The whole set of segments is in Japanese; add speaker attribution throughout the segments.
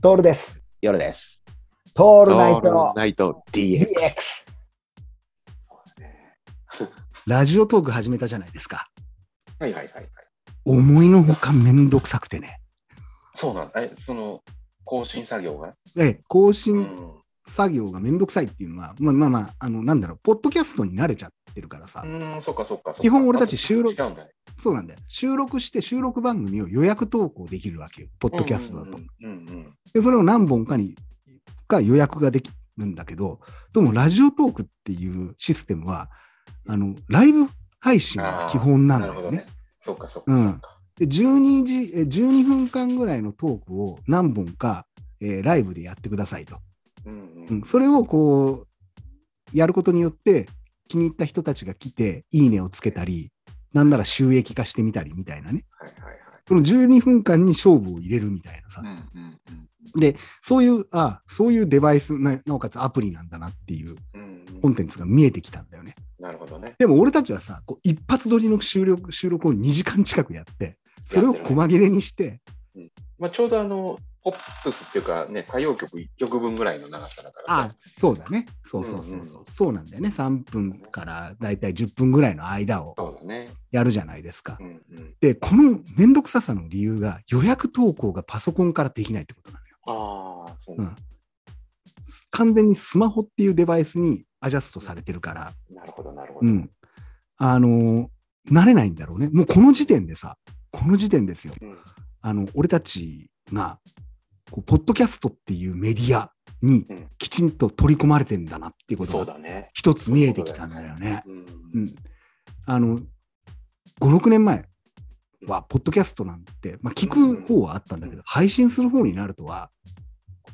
Speaker 1: トールです。
Speaker 2: 夜です。
Speaker 1: ト
Speaker 2: オ
Speaker 1: ールナイト
Speaker 2: ナイト DX。
Speaker 1: DX。
Speaker 3: ラジオトーク始めたじゃないですか。
Speaker 4: はいはいはいはい。
Speaker 3: 思いのほかめんどくさくてね。
Speaker 4: そうなんだ。え、その、更新作業が。
Speaker 3: で更
Speaker 4: う
Speaker 3: 新
Speaker 4: ん。
Speaker 3: 作業がめんどくさいっていうのは、まあまあまあ、あの、なんだろう、ポッドキャストに慣れちゃってるからさ、
Speaker 4: うん、そっかそっかそっか。
Speaker 3: 基本俺たち収録
Speaker 4: あ違うんだね。
Speaker 3: そうなんだよ。収録して収録番組を予約投稿できるわけよ。ポッドキャストだと。
Speaker 4: うんうんうん。
Speaker 3: で、それを何本かに、か予約ができるんだけど、でもラジオトークっていうシステムは、あの、ライブ配信が基本なんだ
Speaker 4: るほ
Speaker 3: よ
Speaker 4: ど
Speaker 3: ね
Speaker 4: ね。。そっかそっ
Speaker 3: うん
Speaker 4: かそっか。
Speaker 3: で12時、え12分間ぐらいのトークを何本か、えーライブでやってくださいと。
Speaker 4: うん
Speaker 3: うん、それをこう、やることによって、気に入った人たちが来て、いいねをつけたり、なんなら収益化してみたりみたいなね。
Speaker 4: はいはいはい。
Speaker 3: その12分間に勝負を入れるみたいなさ
Speaker 4: う。んうん
Speaker 3: そういう、あそういうデバイスな、なおかつアプリなんだなっていう
Speaker 4: うんうん
Speaker 3: コンテンツが見えてきたんだよね。
Speaker 4: なるほどね。
Speaker 3: でも俺たちはさ、こう一発撮りの収録収録を2時間近くやって、それを細切れにして、
Speaker 4: まあちょうどあの、ポップスっていうかね、歌謡曲1曲分ぐらいの長さだから。
Speaker 3: あ、そうだね。そうそうそうそう。
Speaker 4: うん
Speaker 3: そうなんだよね。3分からだいたい10分ぐらいの間を
Speaker 4: そうだね。
Speaker 3: やるじゃないですか
Speaker 4: う。んうん。
Speaker 3: で、このめんどくささの理由が予約投稿がパソコンからできないってことなのよ。
Speaker 4: ああ、そう
Speaker 3: う
Speaker 4: なん
Speaker 3: ん完全にスマホっていうデバイスにアジャストされてるから、
Speaker 4: なるほどなるほ
Speaker 3: う
Speaker 4: ど。
Speaker 3: ん。あのー慣れないんだろうね。もうこの時点でさ、この時点ですよ。
Speaker 4: うん
Speaker 3: あの、俺たちが、こうポッドキャストっていうメディアに
Speaker 4: うん
Speaker 3: きちんと取り込まれてんだなっていうこ
Speaker 4: そう
Speaker 3: とが
Speaker 4: だね。
Speaker 3: 一つ見えてきたんだよね。
Speaker 4: うん
Speaker 3: うん。あの、5、6年前は、ポッドキャストなんて、まあ、聞く方はあったんだけど、配信する方になるとは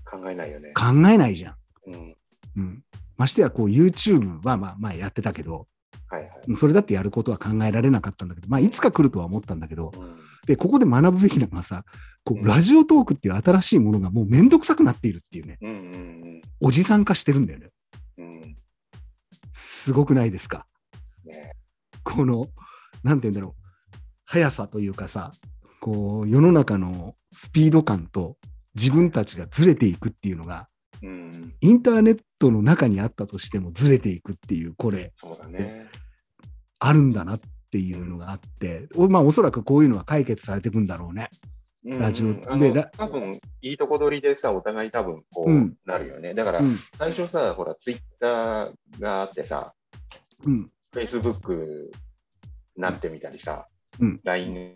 Speaker 4: 考えないよね。
Speaker 3: 考えないじゃん。
Speaker 4: うん。
Speaker 3: うん。ましてや、こう、YouTube は、まあ、前やってたけど、
Speaker 4: はいはい。
Speaker 3: それだってやることは考えられなかったんだけど、まあ、いつか来るとは思ったんだけど、
Speaker 4: うん
Speaker 3: で、ここで学ぶべきなのはさ、こ
Speaker 4: うん
Speaker 3: う、ラジオトークっていう新しいものがもうめんどくさくなっているっていうね、
Speaker 4: うんうん
Speaker 3: おじさん化してるんだよね。
Speaker 4: うんうん。
Speaker 3: すごくないですか
Speaker 4: ね
Speaker 3: この、なんて言うんだろう、速さというかさ、こう、世の中のスピード感と自分たちがずれていくっていうのが、
Speaker 4: うん。
Speaker 3: インターネットの中にあったとしてもずれていくっていう、これ、
Speaker 4: そうだね。
Speaker 3: あるんだなっていうのがあって、おまあ、おそらくこういうのは解決されていくんだろうね。ラジオ
Speaker 4: うんうんあ
Speaker 3: で
Speaker 4: の
Speaker 3: ラ
Speaker 4: 多分いいとこ取りでさ、お互い多分こ
Speaker 3: うん
Speaker 4: うなるよね。だから
Speaker 3: うん。
Speaker 4: 最初さ、ほら、ツイッターがあってさ、
Speaker 3: うん。
Speaker 4: フェイスブックなってみたりさ、
Speaker 3: うん
Speaker 4: LINE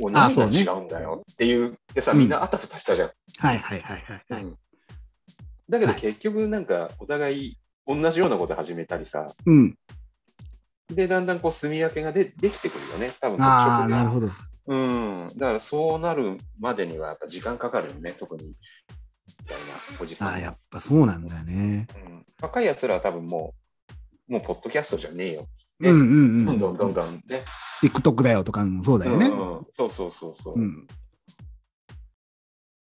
Speaker 4: を
Speaker 3: あ
Speaker 4: 何
Speaker 3: そ
Speaker 4: が
Speaker 3: うね
Speaker 4: 違うんだよっていうでさ、
Speaker 3: うん
Speaker 4: みんなあたふたしたじゃん。
Speaker 3: はいはいはいはい、はい。
Speaker 4: だけど
Speaker 3: はい
Speaker 4: 結局なんかお互い同じようなこと始めたりさ、
Speaker 3: うん。
Speaker 4: で、だんだんこう住み分けがでできてくるよね。多分
Speaker 3: ああ、
Speaker 4: 特色が
Speaker 3: なるほど。
Speaker 4: うん、だからそうなるまでにはやっぱ時間かかるよね、特に。みたいなおじさん
Speaker 3: あ
Speaker 4: は
Speaker 3: あ、やっぱそうなんだよね。
Speaker 4: うん、若いやつらは多分もう、もうポッドキャストじゃねえよっつって、
Speaker 3: うんうんうん。
Speaker 4: どんどんどんどんね。
Speaker 3: TikTok だよとかもそうだよね。
Speaker 4: うんうんそうそうそうそう。
Speaker 3: うん。